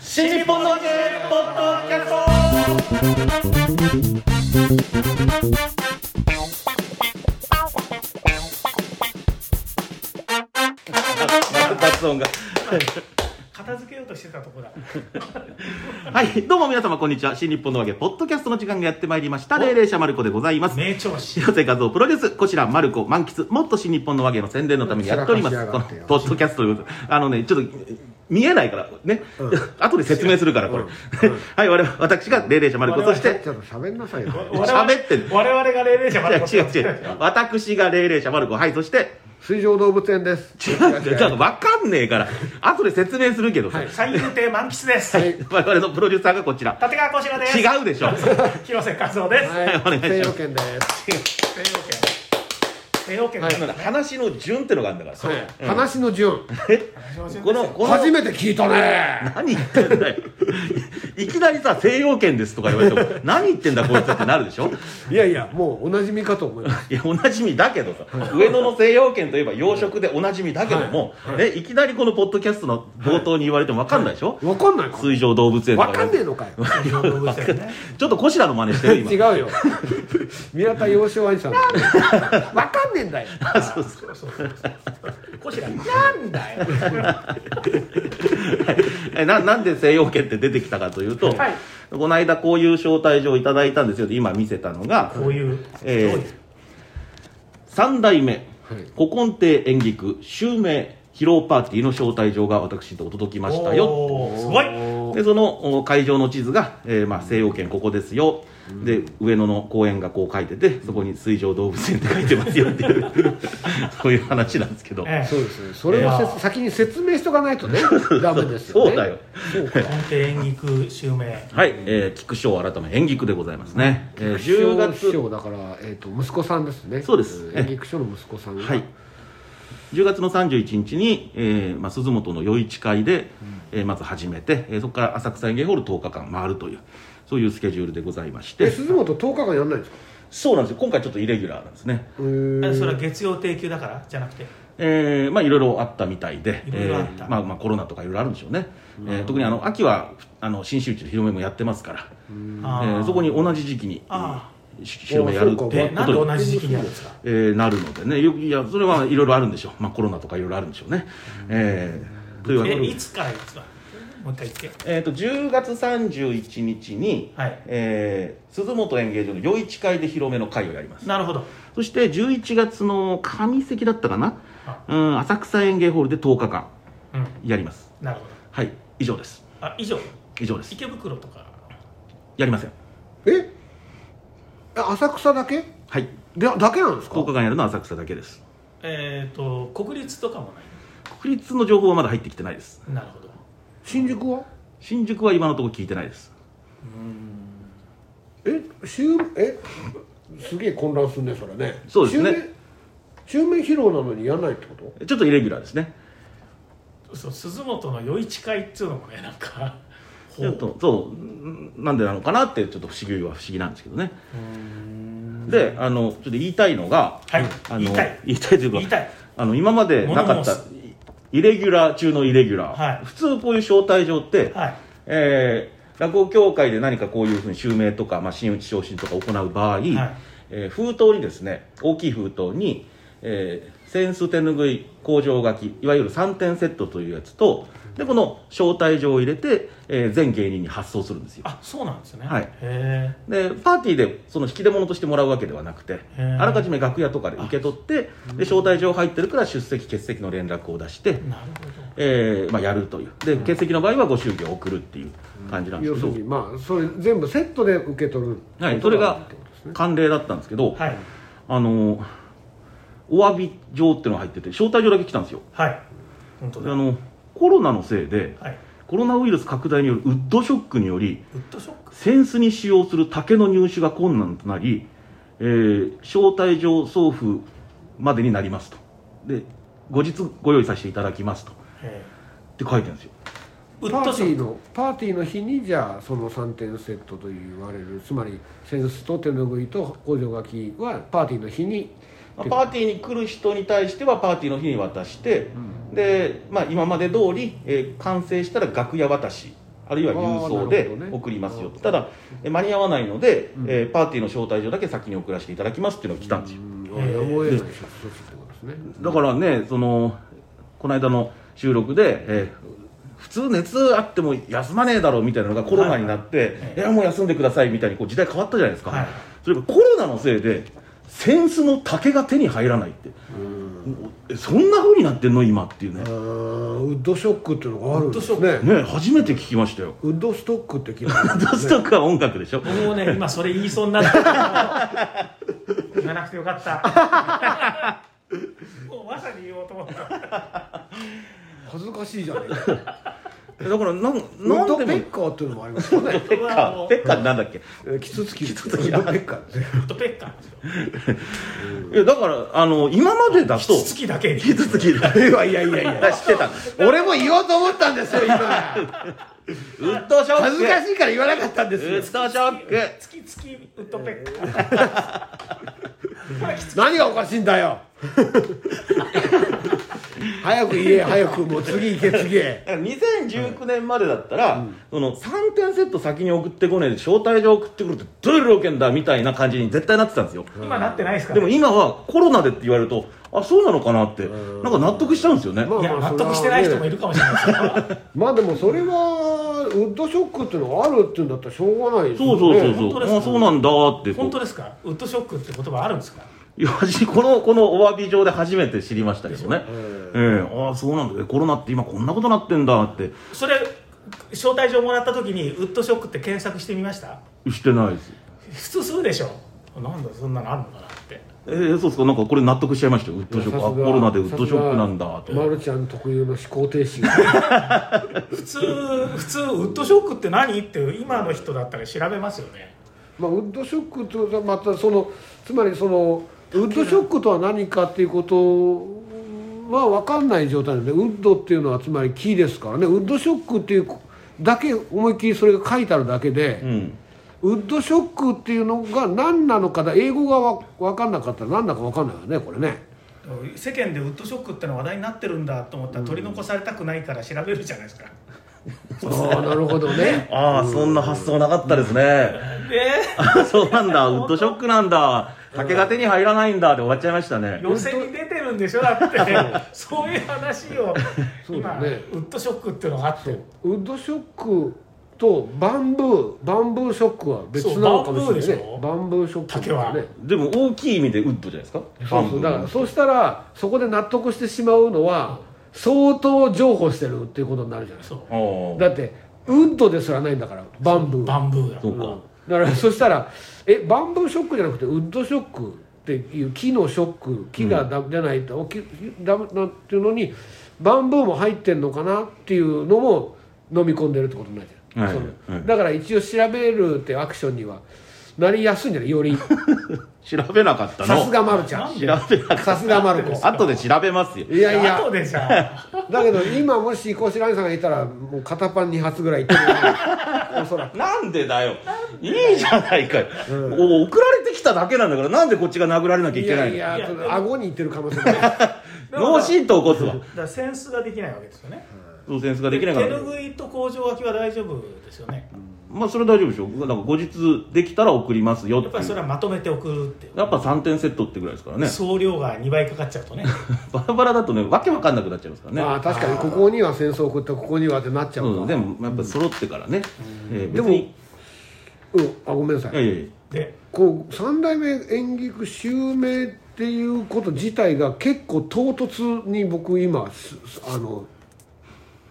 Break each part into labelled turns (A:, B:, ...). A: 新日本のわけポッドキャスト
B: 雑音が
A: 片付けようとしてたとこだ
B: はいどうも皆様こんにちは新日本のわけポッドキャストの時間がやってまいりました霊霊者マルコでございます
A: 名調子
B: 広瀬和夫プロデュースこちらマルコ満喫もっと新日本のわけの宣伝のためにやっております
C: 散
B: こ
C: らか
B: の
C: しやがってよ
B: ポッドキャストのあのねちょっと見えないからね、 後で説明するからこれ、 はい我々私が霊霊者マルコ
A: 我々
B: そして
C: ちょっと喋んなさいよ。
B: 喋ってんの
A: 我々が霊霊者ま
B: いや
A: で
B: 違う違う私が霊霊者マルコはいそして
C: 水上動物園です。
B: 違うんだよだから分かんねえから後で説明するけどさ、
A: 三遊亭満喫です、
C: はい
B: 我々のプロデューサーがこちら
A: 立川こしらです
B: 違うでしょ
A: 広瀬和夫です、
C: は
B: はいお願いします
C: 西洋圏です。
A: 帝王圏帝王圏
B: だから話の順ってのがあるんだから
C: はい話の順。
B: こ のこの
C: 初めて聞いたね。
B: 何言ってんだよいきなりさ西洋圏ですとか言われて も何言ってんだこいつってなるでしょ
C: いやいや、もうおなじみかと思います。
B: いやおなじみだけどさ上野の西洋圏といえば洋食でおなじみだけども、ね、いきなりこのポッドキャストの冒頭に言われても分かんないでしょ、
C: わかんないか。
B: 水上動物園と
C: わ
B: か
C: かんねえのかよ。
B: ちょっとこしらの真似してる今
C: 違うよ。宮田洋翔兄さん だよ。わかんねえんだよ。
B: あそうそう
A: こしら
C: なんだよ。
B: えななんで西洋圏って出てきたかというと、
A: はい
B: この間こういう招待状をいただいたんですよって今見せたのが、
A: こういう
B: えー三代目、
C: はい
B: 古今亭演劇区襲名披露パーティーの招待状が私のとこ届きましたよ
A: おーすごい
B: でそのお会場の地図が、えーまあ、西洋圏ここですよ、で上野の公園がこう書いててそこに水上動物園って書いてますよっていう そういう話なんですけど、
A: ええ
C: そうですね。それを
A: いや
C: せつ先に説明しとかないとね、ダメですよね。
B: そうだよ
C: そうか。
A: 本帝演劇襲名
B: はい、えー、菊章改め演劇区でございますね、えー10
C: 10月師
B: 月
C: 匠だからえっと息子さんですね。
B: そうです
C: 演劇師匠の息子さんが。
B: はい、10月の31日に、えーまあ、鈴本の夜市会で、えーまず始めて、えーそこから浅草園芸ホール10日間回るというそういうスケジュールでございまし
C: え
B: て
C: 鈴本10日間やんないんですか。
B: そうなんですよ今回ちょっとイレギュラーなんですね
C: へー
A: えそれは月曜定休だからじゃなくて
B: えーまあいろいろあったみたいで
A: いろいろあった
B: えーまあ、まあコロナとかいろいろあるんでしょうね、えー特にあの秋はあの新周知の広めもやってますから、え
A: あー
B: ーそこに同じ時期に
A: あ
B: し広めやるって
C: あそうか
A: でなんで
B: ことに
A: 同じ時期にやるんですか
B: えーなるのでねよいやそれはいろいろあるんでしょう、まあ、コロナとかいろいろあるんでしょうね、えーというわけ
A: え
B: で
A: いつからいつはもう一回言ってよ
B: えー、と10月31日に、
A: はい
B: えー鈴本演芸場の夜市会で広めの会をやります
A: なるほど
B: そして11月の上関だったかな
A: あ、
B: うん、浅草演芸ホールで10日間
A: うん
B: やります
A: なるほど
B: はい以上です
A: あ以上
B: 以上です
A: 池袋とか
B: やりません
C: ええ浅草だけ
B: はい
C: でだけなんですか
B: 10日間やるのは浅草だけです
A: えっ、と国立とかもない
B: 国立の情報はまだ入ってきてないです
A: なるほど
C: 新宿は
B: 新宿は今のところ聞いてないです
C: え襲えすげえ混乱するねそれね
B: そうですね
C: 襲名襲名披露なのにやんないってこと
B: ちょっとイレギュラーですね
A: そう鈴本の夜市会っていうのもねなんかほ
B: ちょっ
A: う
B: とそううんなんでなのかなってちょっと不思議は不思議なんですけどねであのちょっと言いたいのが、
A: はい
B: あの
A: 言いたい
B: 言いたいというか
A: 言いたい
B: あの今までなかった
A: 物
B: いイレギュラー中のイレギュラー、
A: はい
B: 普通こういう招待状って、
A: はい
B: えー落語協会で何かこういうふうに襲名とか、まあ、真打ち昇進とか行う場合、えー封筒にですね大きい封筒に、えー、扇子手拭い工場書きいわゆる3点セットというやつとでこの招待状を入れて、えー全芸人に発送するんですよ
A: あそうなんですね
B: はい
A: へえ
B: でパーティーでその引き出物としてもらうわけではなくて
A: へー
B: あらかじめ楽屋とかで受け取ってで招待状入ってるから出席欠席の連絡を出して、
A: なるほど
B: えーまあ、やるというで欠席の場合はご祝儀を送るっていう感じなんです
C: 要
B: け
C: す
B: ど、
C: るにまあそれ全部セットで受け取る
B: はい、それ
C: こと
B: が
C: ってことですね
B: 慣例だったんですけど、
A: はい
B: あのお詫び状っていうのが入ってて招待状だけ来たんですよ
A: はい本当
B: で
A: だ
B: あのコロナのせいで
A: はい
B: コロナウイルス拡大によるウッドショックにより
A: ウッドショック
B: 扇子に使用する竹の入手が困難となり、えー招待状送付までになりますとで後日ご用意させていただきますとっ
A: へ
B: て書いてるんですよ
A: ーウ
C: パ
A: ッ
C: ー
A: ド
C: テ
A: シ
C: ィ
A: ョ
C: ー
A: ック
C: のパーティーの日にじゃあその3点セットと言われるつまり扇子と手ぬぐいと工場書きはパーティーの日に
B: まあパーティーに来る人に対してはパーティーの日に渡して、で、まあ、今まで通り、えー完成したら楽屋渡しあるいは郵送で
C: あーなるほどね
B: 送りますよと
C: あー
B: ただえ間に合わないので、
C: うん
B: えーパーティーの招待状だけ先に送らせていただきますっていうのが来たんですよ、
C: うんやむを得ない処置ってことですね
B: だからねそのこの間の収録で、えー普通熱あっても休まねえだろうみたいなのがコロナになって、い
A: はい
B: やもう休んでくださいみたいにこう時代変わったじゃないですか、
A: はい
B: それがコロナのせいでセンスの竹が手に入らないって
C: うん
B: えそんな風になってんの今っていうね
C: あーウッドショックっていうのがあるんです
A: ウッドシ
C: ね
B: ね初めて聞きましたよ
C: ウッドストックって聞い
B: 「
C: た
B: ドストック」は音楽でしょ
A: 僕もね今それ言いそうになったけど言わなくてよかった もうまさに言おうと思った
C: 恥ずかしいじゃないですか
B: だからなん
C: ウッ
B: な
C: ド
B: ん
C: ペ
B: で
C: ッ
B: も
C: カーっていうのもありますよ ね
B: ペッカーペッカーってなんだっけ
C: えーキツツキウッドペッカーですね
A: ウッドペッカーですよ
B: いやだからあの今までだと
A: キツツキだけに
B: キツツキだ
C: いやいやいやい や
B: 知ってた
C: 俺も言おうと思ったんですよ 今
B: ウッドショック
C: 恥ずかしいから言わなかったんです
B: ウ
C: よ
B: ッドショック
A: ツキツキウッドペッ カーこれきつ
C: 何がおかしいん だよ早く言え早くもう次行け次へ
B: だから2019年までだったら、その3点セット先に送ってこねえで招待状送ってくるってどういう条件だみたいな感じに絶対なってたんですよ、
A: 今なってないですか
B: で
A: ら
B: も
A: ね
B: 今はコロナでって言われるとあそうなのかなって、なんか納得しちゃうんですよね、
C: まも
A: いや納得してない人もいるかもしれないですよ
C: まあでもそれはウッドショックっていうのがあるっていうんだったらしょうがないですよ
B: そう
C: ね
B: そうそうそう
A: 本、当ですか
B: あそうなんだってこう
A: 本当ですかウッドショックって言葉あるんですか
B: いや私このこのお詫び状で初めて知りましたけどね、ええああそうなんだえコロナって今こんなことなってんだって
A: それ招待状もらった時にウッドショックって検索してみました
B: してないです
A: 普通するでしょなんだそんなのあるのかなって
B: ええそうですかなんかこれ納得しちゃいましたよウッドショックあ
C: さす
B: コ
C: が
B: ロナでウッドショックなんだ
C: さ
B: と
C: すがマルちゃん特有の思考停止が
A: 普通普通ウッドショックって何っていう今の人だったら調べますよね
C: まあウッドショックってことはまたそのつまりそのウッドショックとは何かっていうことは分かんない状態なんでウッドっていうのはつまり木ですからねウッドショックっていうだけ思いっきりそれが書いてあるだけで、
B: うん
C: ウッドショックっていうのが何なのかだ英語がわ分かんなかったら何だか分かんないよねこれね
A: 世間でウッドショックってのは話題になってるんだと思ったら取り残されたくないから調べるじゃないですか
C: ああなるほど ね
B: ああ、そんな発想なかったですね。
A: で
B: あそうなんだ、ウッドショックなんだ、竹が手に入らないんだで終わっちゃいましたね。
A: 予選に出てるんでしょだってそういう話を
C: そう
A: 今
C: だ
A: ウ
C: ね
A: ッドショックっていうのがあって
C: ウッドショックとバンブーバンブーショックは別なのかもしれない
A: そ
C: ね
A: う
C: バンブーショックです
A: 竹は
C: ね
B: でも大きい意味でウッドじゃないですか。
C: そうそうだからそうしたらそこで納得してしまうのは相当譲歩してるっていうことになるじゃないです
A: そう
C: か
B: ああ
C: だってウッドですらないんだからバンブー
A: バンブーだ
B: そう
C: うん
B: か。
C: だからそしたらえバンブーショックじゃなくてウッドショックっていう木のショック木がだ、じゃないと木だなんていうのにバンブーも入ってんのかなっていうのも飲み込んでるってことにないじゃん、
B: はい
C: その
B: はい
C: だから一応調べるってアクションにはなりやすいんじゃないより
B: 調べなかった
C: さす
B: の。
C: がマルちゃん
A: なん
B: 調べなかっ
C: さすがマルコ
B: た。後で調べますよ。
C: いやいや
A: 後でじゃあ
C: だけど今もしコシライさんがいたらもう片パン2発ぐらいいってるよねおそらく
B: なんでだよ。いいじゃないかよ。お送られてきただけなんだから、なんでこっちが殴られなきゃい
C: い
B: けな
C: や
B: い
C: い
B: の。
C: や
A: いや
C: その顎にいってる可能性もある
B: 脳震盪起こすわ。
A: だからセンスができないわけですよね
B: そうセンスが
A: で
B: できないから
A: 手。拭いと工場空きは大丈夫ですよね
B: まあ、それは大丈夫でしょう。なんか後日できたら送りますよ
A: や
B: っ
A: ってぱ
B: い。
A: りそうれはまとめて送るっていう
B: やっぱ3点セットってぐらいですからね。
A: 送料が2倍かかっちゃうとね
B: バラバラだとね、わけわかんなくなっちゃいますからね。
C: まあ確かにここには戦争を送ってここにはってなっちゃう
B: そ
C: か
B: う
C: ら
B: でもやっぱ揃ってからね、えー
C: でも
B: 別に
C: うん、あごめんなさい
B: いやいやいや
A: で
C: こう三代目演劇区襲名っていうこと自体が結構唐突に僕今すすあの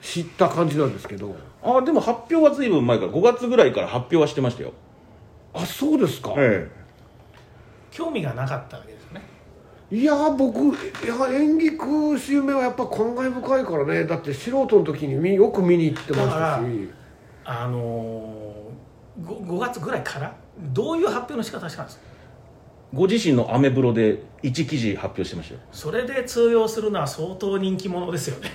C: 知った感じなんですけど
B: あーでも発表はずいぶん前から5月ぐらいから発表はしてましたよ
C: あそうですか、
B: え
A: 興味がなかったわけですよね
C: いやー僕いや演劇区襲名はやっぱ感慨深いからねだって素人の時にみよく見に行ってまし
A: だ
C: た
A: か
C: し
A: あのー、5, 月ぐらいからどういう発表の仕方したんですか
B: えご自身のアメブロで1記事発表してましたよ
A: それで通用するのは相当人気者ですよね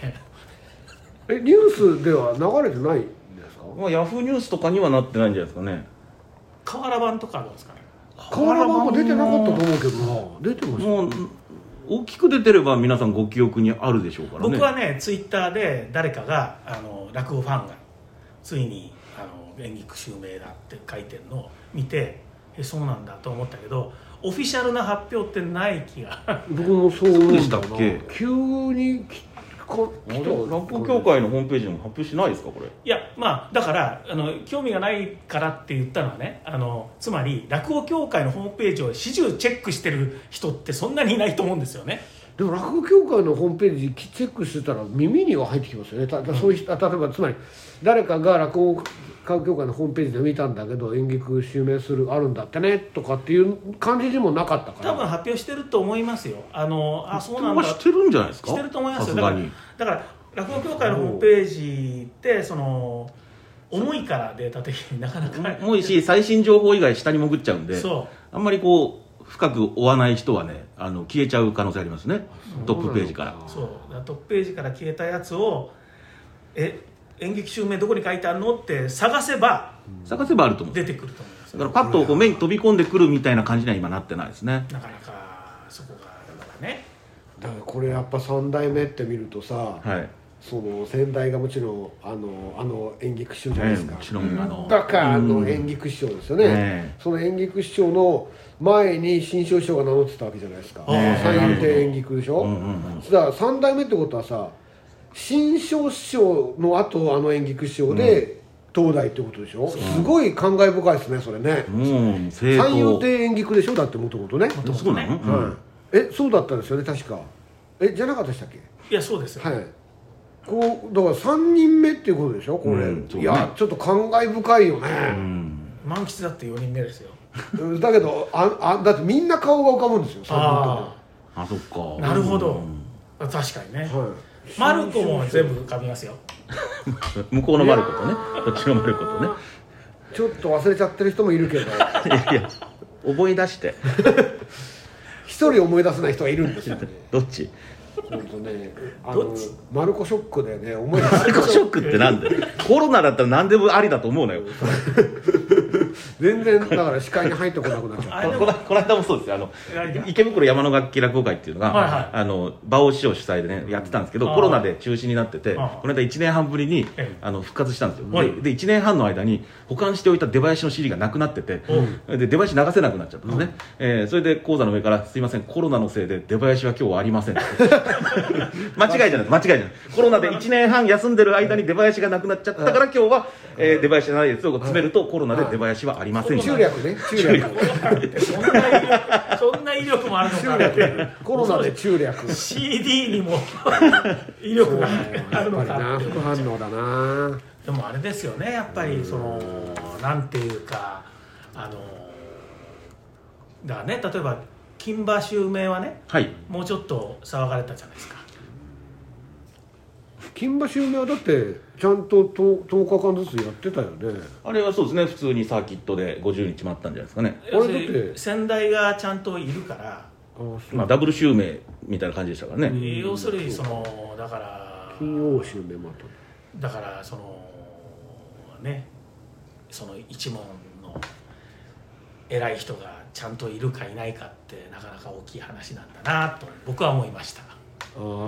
C: えニュースでは流れてないんですか
B: まあヤフーニュースとかにはなってないんじゃないですかね
A: 瓦版とかどうですかね
C: 河原版も出てなかったと思うけどな出てました
B: もう大きく出てれば皆さんご記憶にあるでしょうからね
A: 僕はねツイッターで誰かがあの落語ファンがついにあの演劇襲名だって書いてるのを見てえそうなんだと思ったけどオフィシャルな発表ってない気が
C: 僕もそう思うんだよな
B: そうでしたっ
C: 急にきこ
B: あれ落語協会のホームページでも発表しないですかこれ
A: いやまあだからあの興味がないからって言ったのはねあのつまり落語協会のホームページを始終チェックしてる人ってそんなにいないと思うんですよね
C: でも落語協会のホームページチェックしてたら耳には入ってきますよねたたそういう人例えばつまり誰かが落語協会のホームページで見たんだけど演劇襲名するあるんだってねとかっていう感じでもなかったから
A: 多分発表してると思いますよあのあそうなん
B: こ
A: だ
B: れはしてるんじゃないですか
A: してると思いま
B: さ
A: すよ
B: す
A: だか
B: が
A: ら
B: に
A: だから落語協会のホームページってその重いからデータ的になかなか
B: もういいし最新情報以外下に潜っちゃうんで
A: そ
B: あんまりこう深く追わない人はねあの消えちゃう可能性ありますねトップページから
A: うそうだからトップページから消えたやつをえ演劇襲名どこに書いてあるのって探せば
B: 探せばあると思う
A: 出てくると思います
B: だからパッとこう目に飛び込んでくるみたいな感じには今なってないですね
A: なかなかそこがだからね
C: だからこれやっぱ3代目って見るとさ、
B: はい
C: その先代がもちろんあのあの演劇師匠じゃない
B: え
C: です
B: え
C: か、
B: もちろんあの
C: だからあ
B: う
C: の
B: ん
C: 演劇師匠ですよね、
B: ええ
C: その演劇師匠の前に新庄師匠が名乗ってたわけじゃないですか
A: ああ
C: 三遊亭演劇でしょ、
B: うんうんうん
C: だから3代目ってことはさ新庄師匠の後あの演劇師匠で、東大ってことでしょ、すごい感慨深いですねそれね、
B: もう正
C: 三遊
B: 当
C: 亭演劇でしょだってもともとね、
A: 元
B: そう
A: 々
B: なの、
A: ね
B: うん
C: はい、えそうだったんですよね確かえじゃなかったでしたっけ
A: いやそうですよ、
C: はい。こうだから三人目っていうことでしょこれ、
B: うんそう
C: い
B: ね
C: やちょっと感慨深いよ
B: う
C: ね、
B: ん
A: 満喫だって4人目ですよ
C: だけどああだってみんな顔が浮かぶんですよ三
A: あ
B: あそっか
A: あなるほど、
B: うん
A: あ確かにね、
C: 人ともはい
A: マルコも全部浮かびますよ
B: 向こうのマルコとねこっちのマルコとね
C: ちょっと忘れちゃってる人もいる けど
B: いやいや思い出して
C: 一人思い出せない人がいるんですよね
B: どっち
C: 本当ねあ
A: ど
C: の
A: っち
C: マルコショックだよね思い出せ
B: マルコショックってなんでコロナだったら何でもありだと思うのよ
C: 全然だから視界に入ってこなくなっちゃ
A: あれ
C: う
A: で
B: こ
A: も
B: のこの間もそうですよあの
A: いやいや
B: 池袋山の楽器落語会っていうのが、
A: はいはい
B: あの馬王師匠主催でねやってたんですけど
A: あー
B: コロナで中止になっててこ
A: あー
B: の間1年半ぶりに
A: ええ
B: あの復活したんですよ
A: はい
B: でで1年半の間に保管しておいた出囃子の CD がなくなっててで出囃子流せなくなっちゃったんですね、えーそれで講座の上から「すいませんコロナのせいで出囃子は今日はありま せん」間違いじゃない間違いじゃないコロナで1年半休んでる間に出囃子がなくなっちゃったから今日は、えー出囃子じゃないやつを詰めるとコロナで出囃子はありませんでした
C: 中略ね中略
A: そんな威力そんな威力もあるのか
C: 中
A: ね
C: 略コロナで中略
A: CD にも威力が あ
C: や
A: る
C: っ
A: の
C: ぱり
A: か
C: な
A: っていう
C: 副反応だな
A: でもあれですよねやっぱりそのなんていうかあのだからね例えば金馬襲名はね
B: はい
A: もうちょっと騒がれたじゃないですか
C: 金馬襲名はだってちゃんとと 10, 日間ずつやってたよね
B: あれはそうですね普通にサーキットで50日待ったんじゃないですかね、
C: あれだって
A: 要するに先代がちゃんといるから、
C: あそう
B: まあ、ダブル襲名みたいな感じでしたからね、
A: 要するにそのだから
C: 金曜襲名ま
A: だ
C: た
A: からそのねその一門の偉い人がちゃんといるかいないかってなかなか大きい話なんだなと僕は思いました、
C: あ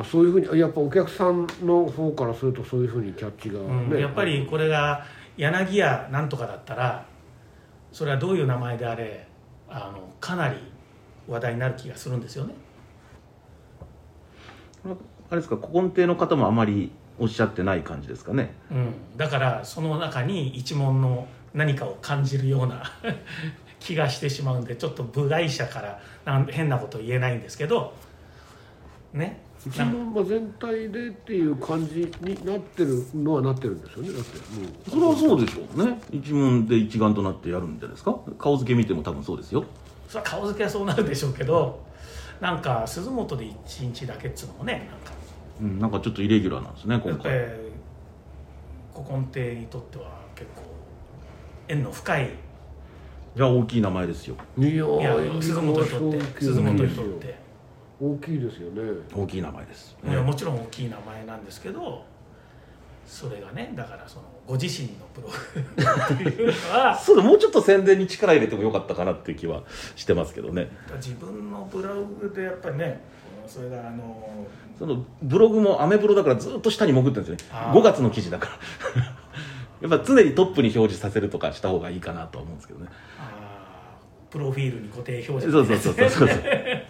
C: あそういうふうにあやっぱお客さんの方からするとそういうふうにキャッチが、
A: うん
C: ね
A: やっぱりこれが柳家なんとかだったらそれはどういう名前であれあのかなり話題になる気がするんですよね
B: あれですか古今亭の方もあまりおっしゃってない感じですかね
A: うん、だからその中に一門の何かを感じるような 気がしてしまうんでちょっと部外者からなん変なこと言えないんですけどね
C: 一
A: なん
C: 番まあ全体でっていう感じになってるのはなってるんですよねだってもう
B: それはそうでしょうね一問で一丸となってやるんじゃないですか顔付け見ても多分そうですよ
A: それは顔付けはそうなるでしょうけどなんか鈴本で一日だけっつうのもねなんか
B: うん、なんかちょっとイレギュラーなんですね今
A: やっぱり
B: 回
A: 古今亭にとっては結構縁の深い
B: じゃあ大きい名前ですよ
C: いや
A: いや
C: ー
A: 鈴本にとって鈴本にとって。
C: 大きいですよね
B: 大きい名前です、
A: いやもちろん大きい名前なんですけどそれがねだからそのご自身のプログラム っていうのは
B: そうだもうちょっと宣伝に力入れてもよかったかなっていう気はしてますけどね
A: 自分のブログでやっぱりねそれがあの
B: そのブログもアメブロだからずっと下に潜ってるんですよね
A: あー
B: 5月の記事だからやっぱ常にトップに表示させるとかした方がいいかなとは思うんですけどね
A: あープロフィールに固定表
B: そ
A: 示
B: うそうそうそうそうそう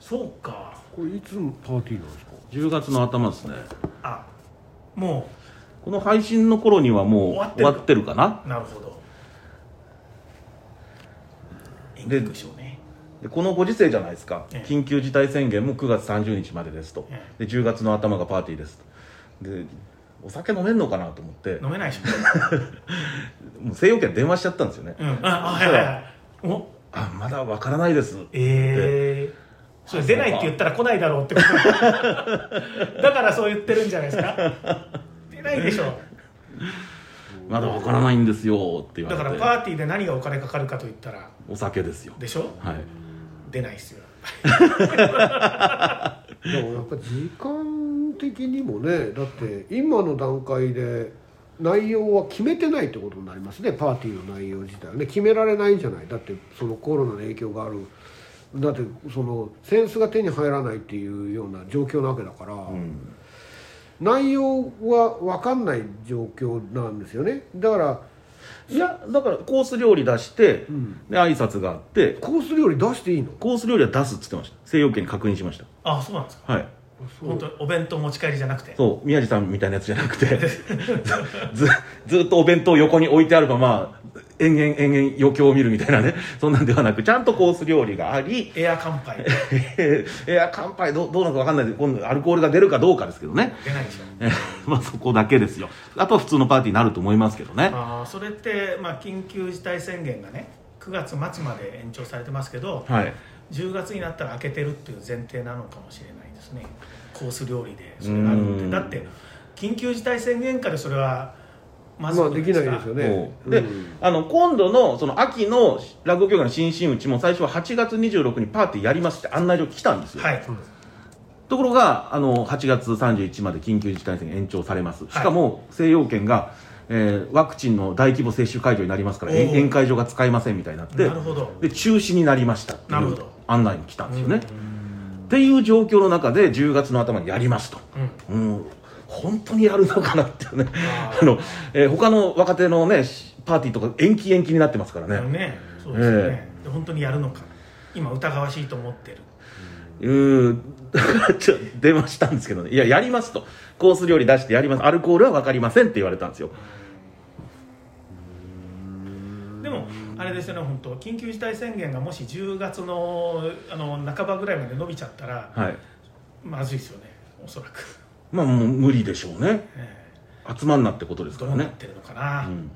A: そうか
C: これいつのパーティーなんです か
B: 10月の頭ですね
A: あも
B: この配信の頃にはもう
A: 終わって
B: 終
A: る
B: わってるかな
A: うなるほど演
B: で
A: 劇賞ね
B: でこのご時世じゃないですか
A: ええ
B: 緊急事態宣言も9月30日までですと
A: え
B: で10月の頭がパーティーですとでお酒飲めんのかなと思って
A: 飲めないでしょ、
B: もう西洋圏電話しちゃったんですよね
A: うん、ああはいはいはいお
B: あまだわからないです
A: ええそれ出ないって言ったら来ないだろうってこと だからそう言ってるんじゃないですか出ないでしょ
B: まだわからないんですよって言
A: だか
B: わ
A: ら
B: れ
A: パ
B: て
A: ーティーで何がお金かかるかと言ったら
B: お酒ですよ
A: でしょ
B: はい
A: 出ないっすよ
C: でもやっぱ時間的にもねだって今の段階で内容は決めてないってことになりますねパーティーの内容自体はね決められないんじゃないだってそのコロナの影響があるだってそのセンスが手に入らないっていうような状況なわけだから、
B: うん
C: 内容は分かんない状況なんですよねだから、
B: いやだからコース料理出して
C: うん、
B: で挨拶があって
C: コース料理出していいの
B: コース料理は出すっつってました西洋圏に確認しました
A: あそうなんですか
B: はい
A: 本当にお弁当持ち帰りじゃなくて
B: そう宮地さんみたいなやつじゃなくて ずずっとお弁当を横に置いてあるまま延々延々余興を見るみたいなねそんなんではなくちゃんとコース料理があり
A: エア乾杯
B: いや乾杯どうどうなのかわかんないです今度アルコールが出るかどうかですけどね
A: 出ないでし ょ
B: えーまあそこだけですよあとは普通のパーティーになると思いますけどね
A: あーそれって、まあ、緊急事態宣言がね9月末まで延長されてますけど
B: はい
A: 10月になったら開けてるっていう前提なのかもしれないですねコース料理でそれがあるの
B: う
A: で
B: ん
A: だって緊急事態宣言下でそれはまず
C: まあできないですよね
B: そうで、
C: うん
B: あの今度のその秋の落語協会の新真打ちも最初は8月26日にパーティーやりますって案内状来たんですよ、
A: はい
B: ところがあの8月31日まで緊急事態宣言延長されますしかも西洋圏が、えーワクチンの大規模接種会場になりますから
A: おー
B: 宴宴会場が使えませんみたいになって
A: なるほど
B: で中止になりましたってい
A: なるほ
B: う
A: ど
B: 案内に来たんですよね、
A: うん
B: っていう状況の中で10月の頭にやりますと、
A: うん
B: うん、本当にやるのかなっていうね
A: あ
B: あの、えー他の若手のねしパーティーとか延期延期になってますからね、
A: ねそうですよね、
B: え
A: で本当にやるのか今疑わしいと思ってる
B: うーんちょっと電話したんですけどねいややりますとコース料理出してやりますアルコールは分かりませんって言われたんですよ
A: でもあれですよね本当緊急事態宣言がもし10月のあの半ばぐらいまで伸びちゃったら
B: はい
A: まずいですよねおそらく、
B: まあもう無理でしょうね
A: え
B: 集まんなってことです
A: え
B: か
A: ど
B: ら
A: うなっ
B: ね
A: てるのかな、
B: うん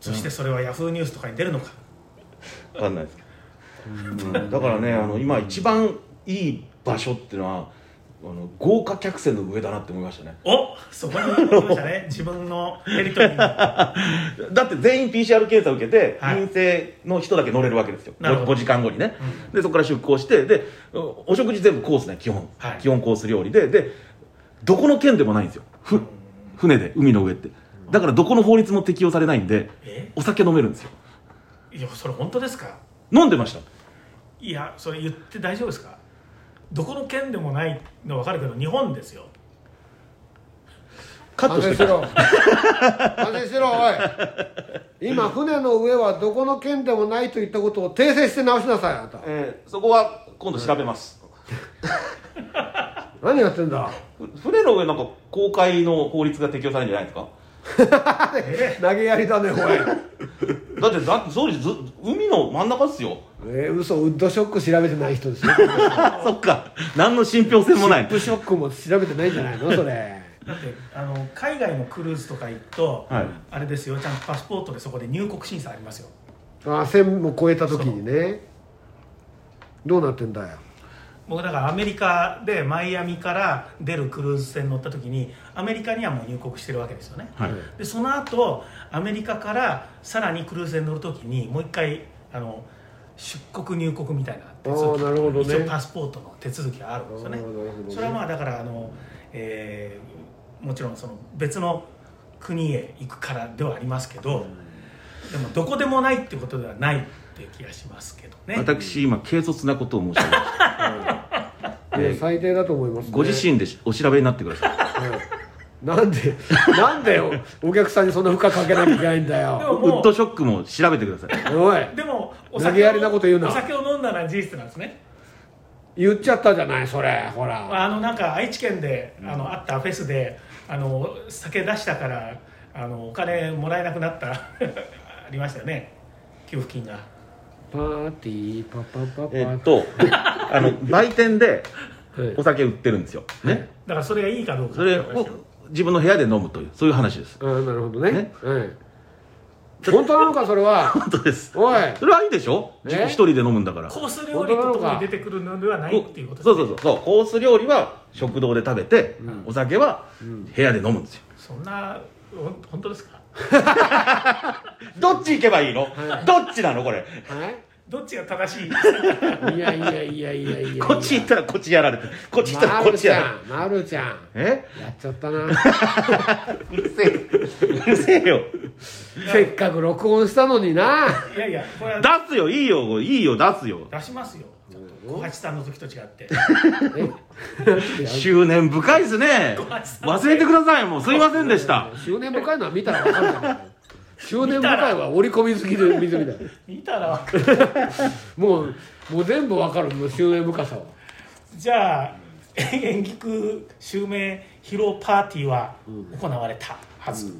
A: そしてそれはヤフーニュースとかに出るのか
B: 分かんないですけど、うんだからねあの今一番いい場所っていうのはあの豪華客船の上だなって思いましたね
A: おそこに行きました ね自分のテリトリーの
B: だって全員 PCR 検査受けて、
A: はい
B: 陰性の人だけ乗れるわけですよ
A: なるほど
B: 5, 時間後にね、でそこから出港してでおお食事全部コースね基本、
A: はい
B: 基本コース料理ででどこの県でもないんですよふ船で海の上ってだからどこの法律も適用されないんで
A: え
B: お酒飲めるんですよ
A: いやそれ本当ですか
B: 飲んでました
A: いやそれ言って大丈夫ですかどこの県でもないの分かるけど日本ですよ
B: カットして
C: しろ反省しろおい今船の上はどこの県でもないと言ったことを訂正して直しなさいあなた
B: えーそこは今度調べます、
C: 何やってんだ
B: ふ船の上なんか公開の法律が適用されるんじゃないですか
A: え
C: 投げやりだねおい
B: だってだって総理ず海の真ん中っすよ
C: えー、嘘ウッドショック調べてない人 ですよ
B: あ そっか何の信憑性もな
C: ウッ
B: い
C: ドショックも調べてないんじゃないのそれ
A: だってあの海外のクルーズとか行くと、
B: はい
A: あれですよちゃんとパスポートでそこで入国審査ありますよ
C: あ線も越えた時にねどうなってんだよ
A: 僕だからアメリカでマイアミから出るクルーズ船乗った時にアメリカにはもう入国してるわけですよね、
B: はい
A: でその後アメリカからさらにクルーズ船乗る時にもう一回あの出国入国みたいな手続き
C: あーなるほど
A: 一
C: ね
A: 応パスポートの手続きがあるんですよね
C: なるほどなるほどね
A: それはまあだからあの、えーもちろんその別の国へ行くからではありますけど、でもどこでもないってことではないっていう気がしますけどね
B: 私今軽率なことを申し上げました
C: いや最低だと思います、ね、
B: ご自身でお調べになってください
C: はいなんでなんだよお客さんにそんな負荷かけなきゃいけないんだ
A: で
C: よ
A: も
B: ウ
A: も
B: ッドショックも調べてください
C: おいう
A: でもお
C: 投げやりなこと言うな
A: お酒を飲んだのは事実なんですね
C: 言っちゃったじゃないそれほら
A: あのなんか愛知県であのあったフェスであの酒出したからあのお金もらえなくなった ありましたよね給付金が
C: パーティーパパパパ
B: えっとあの売店で
C: はい
B: お酒売ってるんですよね
A: だからそれがいいかどうか
B: それ
A: って話
B: を自分の部屋で飲むというそういう話です
C: ああなるほどね
B: ね
C: はい本当なのかそれ は
B: 本当です
C: おい
B: それはいいでしょ
C: ね
B: 自分一人で飲むんだから
A: コース料理とともに出てくるのではないっていうことです
B: そうそうそうそうコース料理は食堂で食べて、お酒は部屋で飲むんですよ
A: そんなほん本当ですか
B: どっち行けばいいのどっちなのこれ
C: は
A: どっちが 正しい
C: いいやいやいやいやいやいや
B: こっち行ったらこっちやられてこっち行ったら
C: ま
B: こっ
C: る
B: ち
C: ち
B: やら
C: ゃんまるちゃん
B: れて
C: やっちゃっ たな
B: えうるせえうるせえよ
C: せっかく録音したのにない
A: やいやこれは
B: 出すよいいよいいよ出すよ
A: 出しますよちょっと小八さんの時と違って
C: え
B: 執念深いですね忘れてくださいもうすいませんでした
C: 執念深いのは見たら分かるから執念深いは織り込み好きで水みたい
A: 見た らわかる
C: もうもう全部分かるもう執念深さは
A: じゃあ演劇襲名披露パーティーは行われたはず、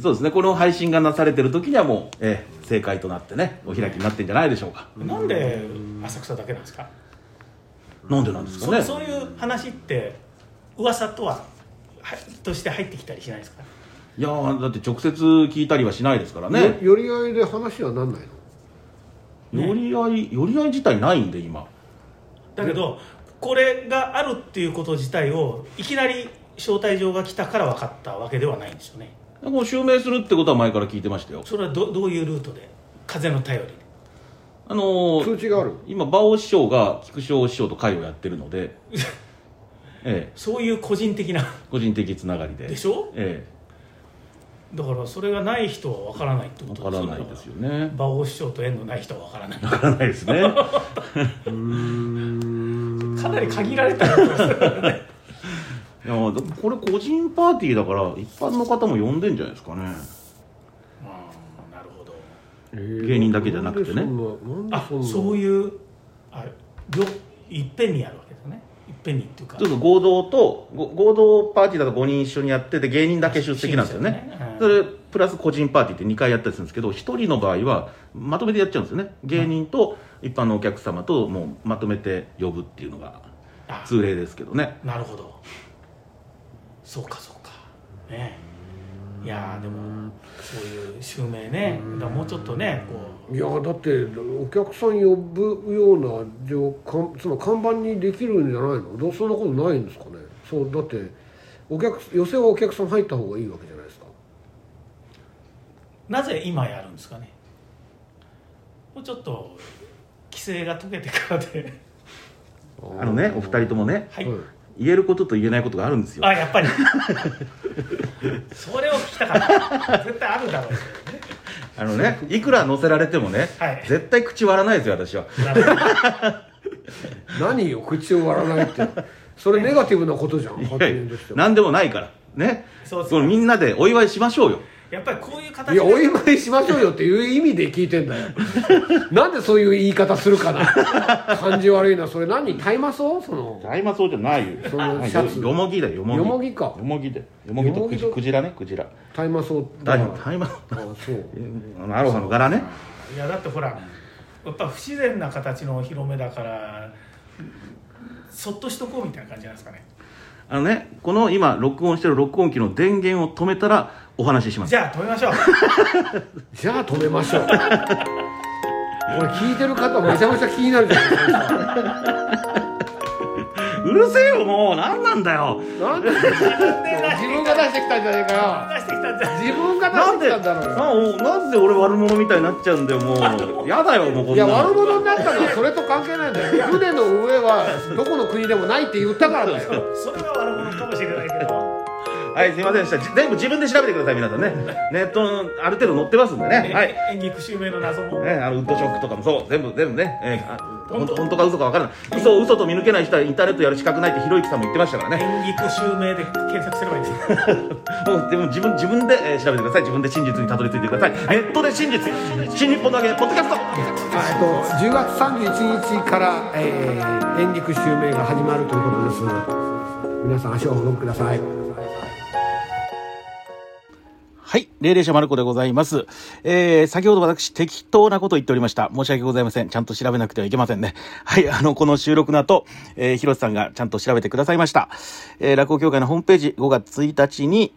B: そうですねこの配信がなされてる時にはもう、ええ正解となってねお開きになってんじゃないでしょうか、
A: なんで浅草だけなんですか、
B: なんでなんですか
A: そ
B: ね
A: そういう話って噂とははとして入ってきたりしないですか
B: いやーだって直接聞いたりはしないですからね
C: よより合いで話はなんないの
B: 寄り合い寄り合い自体ないんで今
A: だけど、これがあるっていうこと自体をいきなり招待状が来たから分かったわけではないんですよね
B: もう襲名するってことは前から聞いてましたよ
A: それはどどういうルートで風の頼りで
B: あのー
C: 通知がある
B: 今馬王師匠が菊師匠師匠と会をやってるのでええ
A: そういう個人的な
B: 個人的つながりで
A: でしょ
B: え
A: だからそれがない人は分からないっ
B: え
A: てこ
B: わ
A: と
B: からないですよね
A: 馬王師匠と縁のない人は分か らない
B: わからないですね
A: かなり限られたことですよね
B: いやーでもこれ個人パーティーだから一般の方も呼んでんじゃないですかね
A: うんなるほど
B: 芸人だけじゃなくてね
A: あ
C: なんでそんななんでそんな
A: そういうあ両いっぺんにやるわけですねいっぺんにっていうか
B: ちょっと合同とご合同パーティーだと5人一緒にやってて芸人だけ出席なんですよね
A: 出席ですよねうん
B: それプラス個人パーティーって2回やったりするんですけど1人の場合はまとめてやっちゃうんですよね芸人と一般のお客様ともうまとめて呼ぶっていうのが
A: あ
B: 通例ですけどね
A: なるほどそうかそうかねいやーでもそういう襲名ねだからもうちょっとねこ
C: いやだってお客さん呼ぶような状況つまり看板にできるんじゃないのどうそんなことないんですかねそうだってお客寄せはお客さん入った方がいいわけじゃないですか
A: うなぜ今やるんですかねもうちょっと規制が解けてか らで
B: あのねお二人ともね
A: はい、
C: はい
B: 言えることと言えないことがあるんですよ
A: あやっぱりそれを聞きたかった絶対あるだろう
B: あのねいくら載せられてもね、
A: はい
B: 絶対口割らないですよ私は
A: なるほ ど
C: 何よ口を割らないってそれネガティブなことじゃん
B: い
C: 発
B: や
C: 言
B: い
C: と
B: や
C: しては
B: 何でもないからね
A: そうそう
B: このみんなでお祝いしましょうよ
A: やっぱりこういう形
C: い
A: で
C: やお祝いしましょうよっていう意味で聞いてんだよ なんでそういう言い方するかな感じ悪いなそれ何大麻草その
B: 大麻草じゃないよ
C: その
B: はい
C: シャツ
B: よよもぎだよよもぎ
C: よもぎか
B: よもぎでよもぎと
C: よも
B: ク
C: ぎ
B: ジ
C: と
B: クジラねクジラ
C: 大麻草
B: 大
C: だか
B: 麻
C: ら
B: 大麻
C: あそう
B: あのアロハの柄ね
A: いやだってほらやっぱ不自然な形の広めだからそっとしとこうみたいな感じなんですかね
B: あのねこの今録音してる録音機の電源を止めたらお話しします
A: じゃあ止めましょう
C: じゃあ止めましょうこれ聞いてる方めちゃめちゃ気になるじゃな
B: うるせえよもう何なんだよ
C: いなんで自分が出してきたんじゃねえか
A: 出してきたんじゃ
C: よ
A: ん
C: 自分が出
B: なん
C: し
B: で
C: てきたんだろうよ
B: なおなんで俺悪者みたいになっちゃうんだよもうやだよもうこん
C: い
B: な
C: や
B: の
C: 悪者になったのはそれと関係ないんだよ船の上はどこの国でもないって言ったからだよ
A: それは悪者かもしれないけど
B: はいすいませんでしたじ全部自分で調べてください皆さんねネットのある程度載ってますんでねはい
A: え演劇襲名の謎も
B: ね、あのウッドショックとかもそう全部全部ね、えーあって本当本当か嘘か分からない嘘を嘘と見抜けない人はインターネットやる資格ないってひろゆきさんも言ってましたからね
A: 演劇襲名で検索すればいいです
B: もうでも自分自分で、えー調べてください自分で真実にたどり着いてください、ネットで真実新日本の揚げポッドキャスト
C: えっと10月31日から、えー、演劇襲名が始まるということです皆さん足をお運びください
B: はい。霊霊者マルコでございます。えー、先ほど私適当なこと言っておりました。申し訳ございません。ちゃんと調べなくてはいけませんね。はい。あの、この収録の後、えー、広瀬さんがちゃんと調べてくださいました。えー、落語協会のホームページ5月1日に、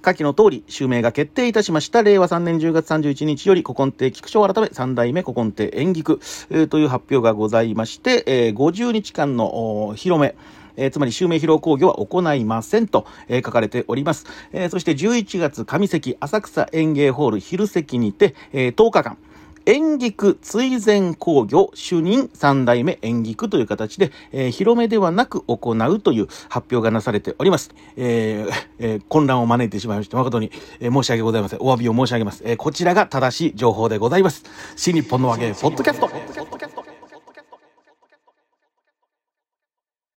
B: 下記の通り、襲名が決定いたしました。令和3年10月31日より、古今亭菊章改め三代目古今亭演劇、えーという発表がございまして、えー50日間のおー広め、えーつまり襲名披露興行は行いませんと、えー書かれております。えーそして11月上関浅草演芸ホール昼席にて、えー10日間、演劇追善工業主任三代目演劇という形で、えー広めではなく行うという発表がなされております。えーえー混乱を招いてしまいまして誠に、えー申し訳ございません。お詫びを申し上げます。えーこちらが正しい情報でございます。新日本の和芸ポッドキャスト。